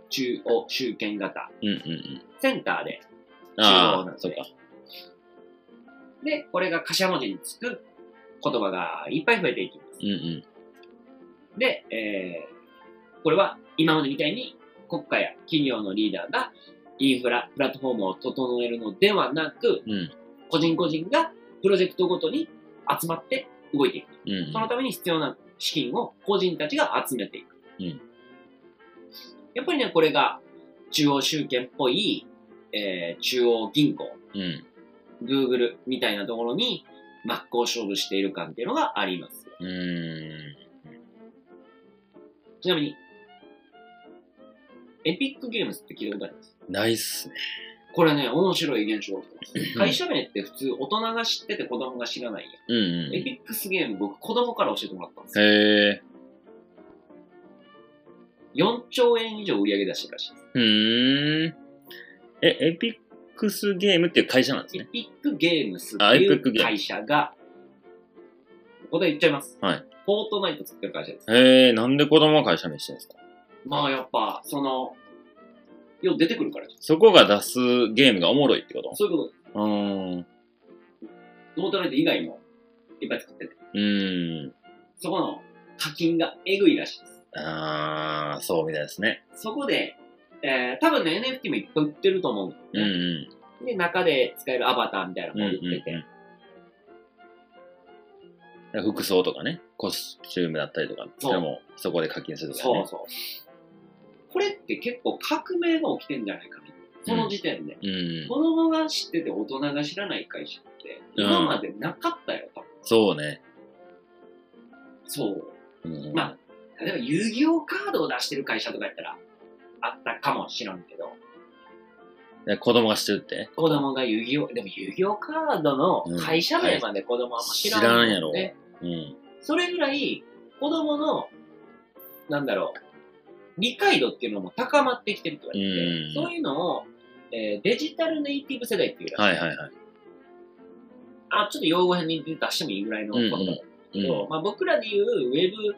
Speaker 2: 中央集権型、
Speaker 1: うんうん。
Speaker 2: センターで、中央
Speaker 1: あ
Speaker 2: なん
Speaker 1: あ
Speaker 2: で、
Speaker 1: そっか。
Speaker 2: で、これが頭文字につく言葉がいっぱい増えていきま
Speaker 1: うんうん。
Speaker 2: す。で、えー、これは今までみたいに国家や企業のリーダーがインフラ、プラットフォームを整えるのではなく、
Speaker 1: うん
Speaker 2: 個人個人がプロジェクトごとに集まって動いていく。
Speaker 1: うん
Speaker 2: そのために必要な資金を個人たちが集めていく。
Speaker 1: うん
Speaker 2: やっぱりね、これが中央集権っぽい、えー中央銀行、
Speaker 1: うん。うん。
Speaker 2: Google みたいなところに真っ向勝負している感っていうのがあります。
Speaker 1: うーん。
Speaker 2: ちなみに、エピックゲームズって聞いたことあります。
Speaker 1: ないっすね。
Speaker 2: これね、面白い現象が起きてます。会社名って普通大人が知ってて子供が知らないや
Speaker 1: うん
Speaker 2: ん。エ
Speaker 1: う
Speaker 2: ピックスゲーム僕子供から教えてもらったんです
Speaker 1: ん。
Speaker 2: よ。
Speaker 1: へえ。
Speaker 2: 4兆円以上売り上げ出してるらしいです。
Speaker 1: うーん。え、エピックスゲームっていう会社なんです
Speaker 2: エ
Speaker 1: ね。
Speaker 2: ピックゲームスって
Speaker 1: あエ
Speaker 2: い
Speaker 1: ピック
Speaker 2: う
Speaker 1: ゲーム
Speaker 2: 会社が、ここで言っちゃいます。
Speaker 1: はい
Speaker 2: フォートナイト作ってる会社です。
Speaker 1: へえ、なんで子供が会社名してるんですか
Speaker 2: まあやっぱ、その、よう出てくるからです
Speaker 1: そこが出すゲームがおもろいってこと
Speaker 2: そういうことです。
Speaker 1: うーん。
Speaker 2: フォートナイト以外もいっぱい作ってて、
Speaker 1: うーん。
Speaker 2: そこの課金がえぐいらしいです。
Speaker 1: あー、そうみたいですね。
Speaker 2: そこで、えー、多分ね、NFT もいっぱい売ってると思う、
Speaker 1: うんうん。
Speaker 2: で、中で使えるアバターみたいな
Speaker 1: うん
Speaker 2: のも売ってて、
Speaker 1: うんうん、服装とかね、コスチュームだったりとか、
Speaker 2: そう
Speaker 1: でもそこで課金するとか
Speaker 2: そう
Speaker 1: ね。
Speaker 2: そう。これって結構革命が起きてんじゃないかな。その時点で。
Speaker 1: うん、
Speaker 2: 子供が知ってて大人が知らない会社って
Speaker 1: うん
Speaker 2: 今までなかったよ、多分。
Speaker 1: そうね。
Speaker 2: そう。
Speaker 1: うん、
Speaker 2: ま例えば遊戯王カードを出してる会社とかやったらあったかもしらんけど、
Speaker 1: で子供が知ってるって
Speaker 2: 子供が遊戯王、でも遊戯王カードの会社名まで子供はあんま知らん,、
Speaker 1: 知らんやろうん。
Speaker 2: それぐらい子供の、なんだろう、理解度っていうのも高まってきてるって言われてて、
Speaker 1: うん
Speaker 2: そういうのを、えーデジタルネイティブ世代っていうらし
Speaker 1: はいはいはい。
Speaker 2: あ、ちょっと用語編に出してもいいぐらいのことなんだ
Speaker 1: う
Speaker 2: けど、
Speaker 1: ん。
Speaker 2: まあ、僕らでいうウェブ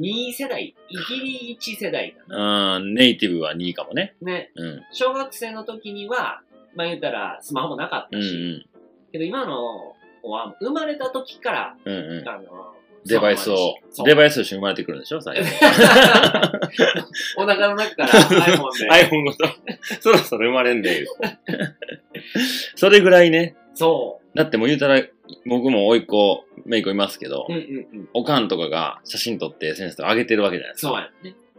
Speaker 2: 2世代、イギリ1世代だな。
Speaker 1: うん、ネイティブは2位かもね。
Speaker 2: ね、
Speaker 1: うん。
Speaker 2: 小学生の時には、まあ言ったらスマホもなかっ
Speaker 1: う
Speaker 2: た
Speaker 1: ん
Speaker 2: し、けど今の子は生まれた時から、
Speaker 1: うん。うんうん。
Speaker 2: あの、
Speaker 1: デバイスを、デ
Speaker 2: デバイ
Speaker 1: バイスとして生まれてくるんでしょ最後。
Speaker 2: ス。 お腹の中から iPhone で。
Speaker 1: iPhone ごと。そろそろ生まれんで。それぐらいね。
Speaker 2: そ
Speaker 1: だってもう言うたら、僕も甥いっ子、姪っ子いますけど
Speaker 2: う。う、んうんうん。
Speaker 1: おかんとかが写真撮って先生と上げてるわけじゃないですか。
Speaker 2: そうや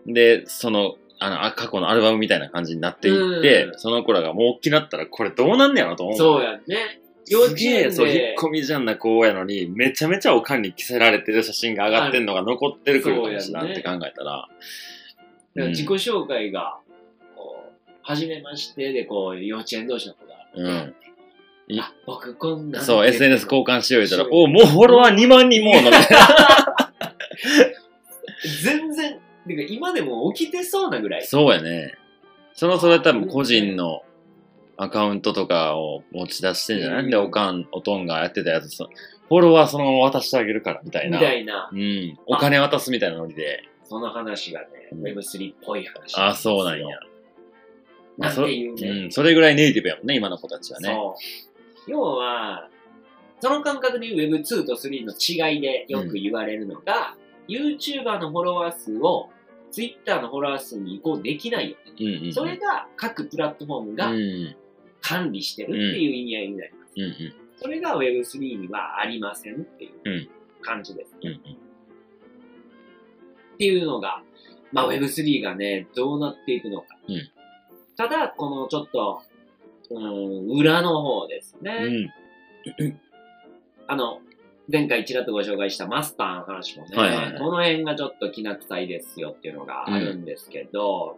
Speaker 2: ね。
Speaker 1: で、その、あの、あ過去のアルバムみたいな感じになっていって、
Speaker 2: うん
Speaker 1: その子らがもう大きなったらこれどうなんねやろと思う。
Speaker 2: そうやね。幼
Speaker 1: す
Speaker 2: 稚
Speaker 1: げ
Speaker 2: 園
Speaker 1: え、
Speaker 2: で
Speaker 1: そう、引っ込みじゃんな子やのに、めちゃめちゃおかんに着せられてる写真が上がってんのが残ってるくるかもしれんなって考えたら、
Speaker 2: だから自己紹介が、こう、初めましてで、こう、幼稚園同士の子が、
Speaker 1: うん。い
Speaker 2: あ、僕こんなんで
Speaker 1: そう、SNS 交換しよう言ったら、
Speaker 2: そう
Speaker 1: おもうフォロワー2万人もうのみたいな。
Speaker 2: 全然、てか今でも起きてそうなぐらい。
Speaker 1: そうやね。そのそれ多分個人のアカウントとかを持ち出してんじゃない、
Speaker 2: うん
Speaker 1: で、おかん、おとんがやってたやつ、そのフォロワーそのまま渡してあげるから、みたい
Speaker 2: み
Speaker 1: な。
Speaker 2: たいな、
Speaker 1: うん。お金渡すみたいなノリで。
Speaker 2: その話がね、
Speaker 1: うん
Speaker 2: Web3 っぽい話。
Speaker 1: ああ、そうなんや。。まあ
Speaker 2: なん
Speaker 1: そ
Speaker 2: ていうね。
Speaker 1: うん。それぐらいネイティブやもんね、今の子たちはね。
Speaker 2: そう。要は、その感覚で Web2 と3の違いでよく言われるのが、YouTuber のフォロワー数を Twitter のフォロワー数に移行できないよ。
Speaker 1: うんうんうん。
Speaker 2: それが各プラットフォームが
Speaker 1: うん。うん
Speaker 2: 管理してるっていう意味合いになります。
Speaker 1: うん。
Speaker 2: それが Web3 にはありませんっていう感じですね。
Speaker 1: うんう
Speaker 2: っていうのが、まあ、Web3 がね、どうなっていくのか。
Speaker 1: うん
Speaker 2: ただ、このちょっと、うん、裏の方ですね。
Speaker 1: うん。
Speaker 2: あの、前回ちらっとご紹介したマスターの話もね、
Speaker 1: はいはいはい
Speaker 2: この辺がちょっときな臭いですよっていうのがあるんですけど、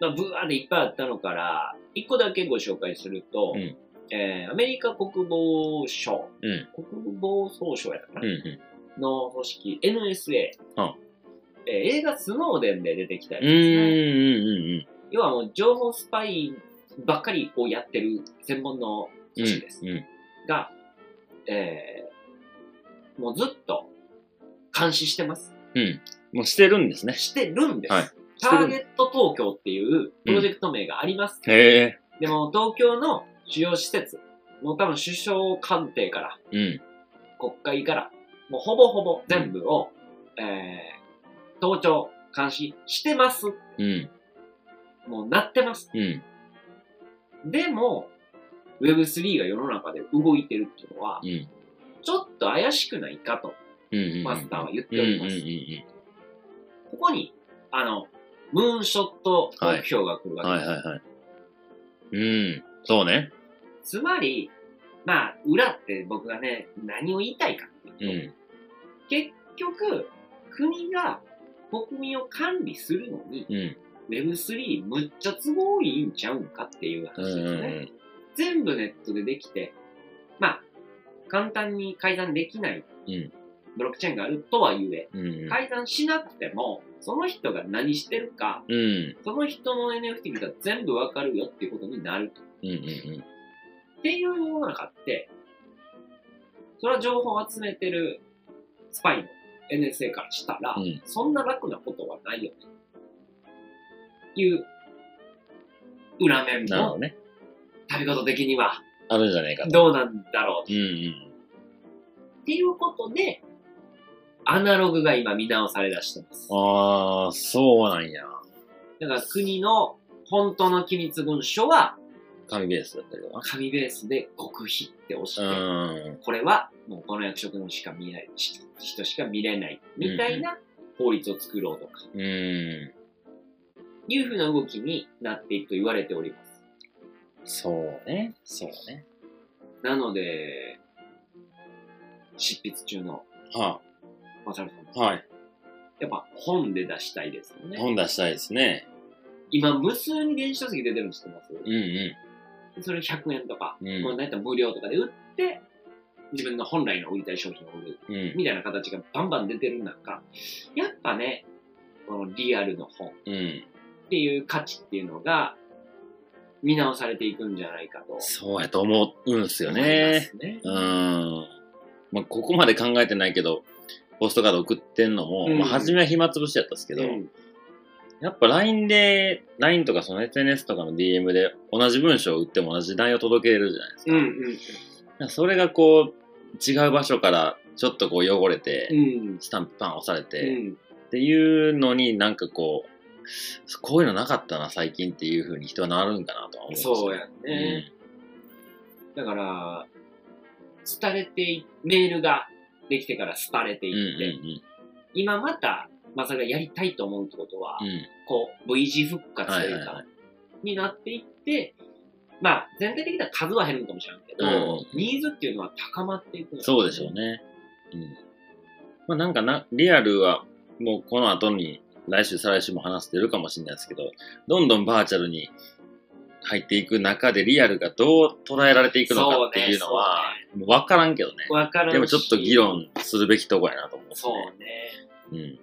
Speaker 2: まあブワーでいっぱいあったのから、一個だけご紹介すると、
Speaker 1: うん
Speaker 2: えーアメリカ国防省、
Speaker 1: うん
Speaker 2: 国防総省やったかな
Speaker 1: うんう
Speaker 2: の組織 NSA、
Speaker 1: あ
Speaker 2: えー映画スノーデンで出てきたや
Speaker 1: ん。う
Speaker 2: つ
Speaker 1: ん
Speaker 2: ですね。
Speaker 1: うんうん
Speaker 2: 要はもう情報スパイばっかりをやってる専門
Speaker 1: うん。
Speaker 2: の組織です。
Speaker 1: うん。
Speaker 2: が、えーもうずっと監視してます。
Speaker 1: うん。もうしてるんですね。
Speaker 2: してるんです。
Speaker 1: はい
Speaker 2: ターゲット東京っていうプロジェクト名があります。
Speaker 1: へ
Speaker 2: でも東京の主要施設、もう多分首相官邸から
Speaker 1: え。うん。
Speaker 2: 国会から、もうほぼほぼ全部を、えー、盗聴、監視してます。
Speaker 1: うん。
Speaker 2: もうなってます。
Speaker 1: うん。
Speaker 2: でも、Web3 が世の中で動いてるっていうのは、
Speaker 1: うん。
Speaker 2: ちょっと怪しくないかと、
Speaker 1: うんうん。
Speaker 2: マスターは言っ
Speaker 1: う
Speaker 2: て
Speaker 1: ん
Speaker 2: お
Speaker 1: うん
Speaker 2: ります。ここに、あの、ムーンショット目標が来る
Speaker 1: う
Speaker 2: わ
Speaker 1: ん。
Speaker 2: けです。
Speaker 1: はいはいはい。うん。そうね。
Speaker 2: つまり、まあ、裏って僕がね、何を言いたいかっていう
Speaker 1: う
Speaker 2: と、
Speaker 1: ん。
Speaker 2: 結局、国が国民を管理するのに、
Speaker 1: うん。
Speaker 2: Web3 むっちゃ都合いいんちゃうんかっていう
Speaker 1: う
Speaker 2: 話
Speaker 1: ん
Speaker 2: ですね。
Speaker 1: うん
Speaker 2: 全部ネットでできて、まあ、簡単に改ざんできない、
Speaker 1: うん
Speaker 2: ブロックチェーンがあるとはゆえ、
Speaker 1: うん。うん
Speaker 2: 改ざんしなくても、その人が何してるか、
Speaker 1: うん。
Speaker 2: その人の NFT が全部わかるよっていうことになる。
Speaker 1: うんうん
Speaker 2: っていう世の中って、それは情報を集めてるスパイの NSA からしたら、
Speaker 1: うん。うん。
Speaker 2: そんな楽なことはないよね。いう裏面
Speaker 1: なるほど
Speaker 2: も、
Speaker 1: ね。
Speaker 2: 旅事的には
Speaker 1: あるんじゃないかと。
Speaker 2: どうなんだろ
Speaker 1: うんうん。
Speaker 2: うっていうことで、アナログが今見直されだしてます。
Speaker 1: ああ、そうなんや。
Speaker 2: だから国の本当の機密文書は
Speaker 1: 紙ベースだったりとか。
Speaker 2: 紙ベースで極秘って押して、
Speaker 1: うん。
Speaker 2: これはもうこの役職のしか見えないし人しか見れないみたいな法律を作ろうとか
Speaker 1: うん。
Speaker 2: いうふうな動きになっていくと言われております。
Speaker 1: そうね。そうね。
Speaker 2: なので、執筆中の
Speaker 1: は
Speaker 2: マサルさん、
Speaker 1: あ、はい。
Speaker 2: やっぱ本で出したいですよね。
Speaker 1: 本出したいですね。
Speaker 2: 今無数に電子書籍出てるの知ってます
Speaker 1: うんう
Speaker 2: それ100円とか、
Speaker 1: ん。
Speaker 2: もう
Speaker 1: う
Speaker 2: なんやったら無料とかで売って、自分の本来の売りたい商品を売る
Speaker 1: ん。うん。
Speaker 2: みたいな形がバンバン出てる中、やっぱね、このリアルの本っ
Speaker 1: うん。
Speaker 2: ていう価値っていうのが見直されていくんじゃないかと思います
Speaker 1: そうやと思うんすよね。
Speaker 2: ね。
Speaker 1: うん。まあ、ここまで考えてないけど、ポストカード送ってんのも、
Speaker 2: うん
Speaker 1: まあ、初めは暇つぶしやったっすけど、
Speaker 2: うん
Speaker 1: やっぱ LINE で、LINE とかその SNS とかの DM で同じ文章を打っても同じ内容届けれるじゃないですか。
Speaker 2: うんうん
Speaker 1: なんかそれがこう、違う場所からちょっとこう汚れて、
Speaker 2: うん
Speaker 1: スタンプパン押され
Speaker 2: う
Speaker 1: て、
Speaker 2: ん
Speaker 1: っていうのになんかこう、こういうのなかったな、最近っていう風に人はなるんかなとは思います
Speaker 2: そうやんね。だから、廃れてい、メールができてから廃れて
Speaker 1: うん。
Speaker 2: いって、今また、まさがやりたいと思うってことは、
Speaker 1: うんうんうん。
Speaker 2: こう、V 字復活というか、
Speaker 1: はいはいは
Speaker 2: になっていって、まあ、全体的な数は減るんかもしれんけど、
Speaker 1: うん
Speaker 2: ニーズっていうのは高まっていくのよね
Speaker 1: そうでしょうね。うん。まあなんかな、リアルはもうこの後に、来週再来週も話してるかもしれないですけど、どんどんバーチャルに入っていく中でリアルがどう捉えられていくのかっていうのは、もう分からんけどね。
Speaker 2: わからんし
Speaker 1: でもちょっと議。論するべきとこやなと思う、ね。
Speaker 2: そうね。
Speaker 1: うん。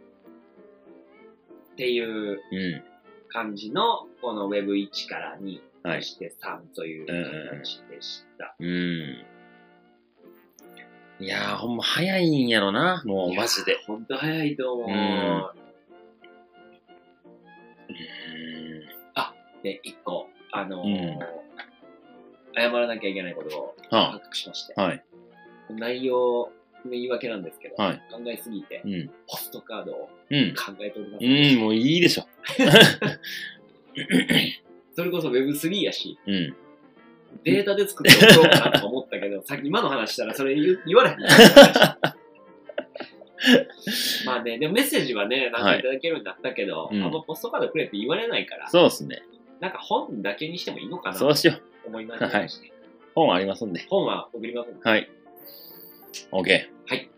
Speaker 2: っていう
Speaker 1: うん。
Speaker 2: 感じの、この Web1 から2、
Speaker 1: はい
Speaker 2: そして3という形でした。
Speaker 1: うん。いやー、ほんま早いんやろな、もうマジで。。
Speaker 2: ほんと早いと思う。
Speaker 1: うん
Speaker 2: で、一個、あのー
Speaker 1: うん
Speaker 2: 謝らなきゃいけないことを
Speaker 1: うん。は
Speaker 2: 発覚しまして、
Speaker 1: あ、はい。
Speaker 2: 内容の言い訳なんですけど、
Speaker 1: はい
Speaker 2: 考えすぎて
Speaker 1: う、ん。
Speaker 2: ポストカードを
Speaker 1: うん。
Speaker 2: 考えております、
Speaker 1: うん、もういいでしょ。
Speaker 2: それこそ Web3 やし、
Speaker 1: うん。
Speaker 2: データで作っておこうかなと思った けど、さっき今の話したらそれ言う言われへんかった。まあね、でもメッセージはね、なんかいただけるようになったけど、
Speaker 1: はいうん
Speaker 2: あんまポストカードくれって言われないから、
Speaker 1: そうっすね。
Speaker 2: なんか本だけにしてもいいのかな
Speaker 1: そう
Speaker 2: と
Speaker 1: しよう。
Speaker 2: 思いました、
Speaker 1: はい本ありますんで。
Speaker 2: 本は送りますんで
Speaker 1: はい。OK。
Speaker 2: はい。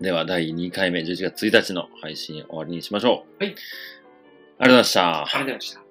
Speaker 1: では、第2回目、11月1日の配信終わりにしましょう。
Speaker 2: は
Speaker 1: ありがと
Speaker 2: い。
Speaker 1: うございました
Speaker 2: ありがとうございました。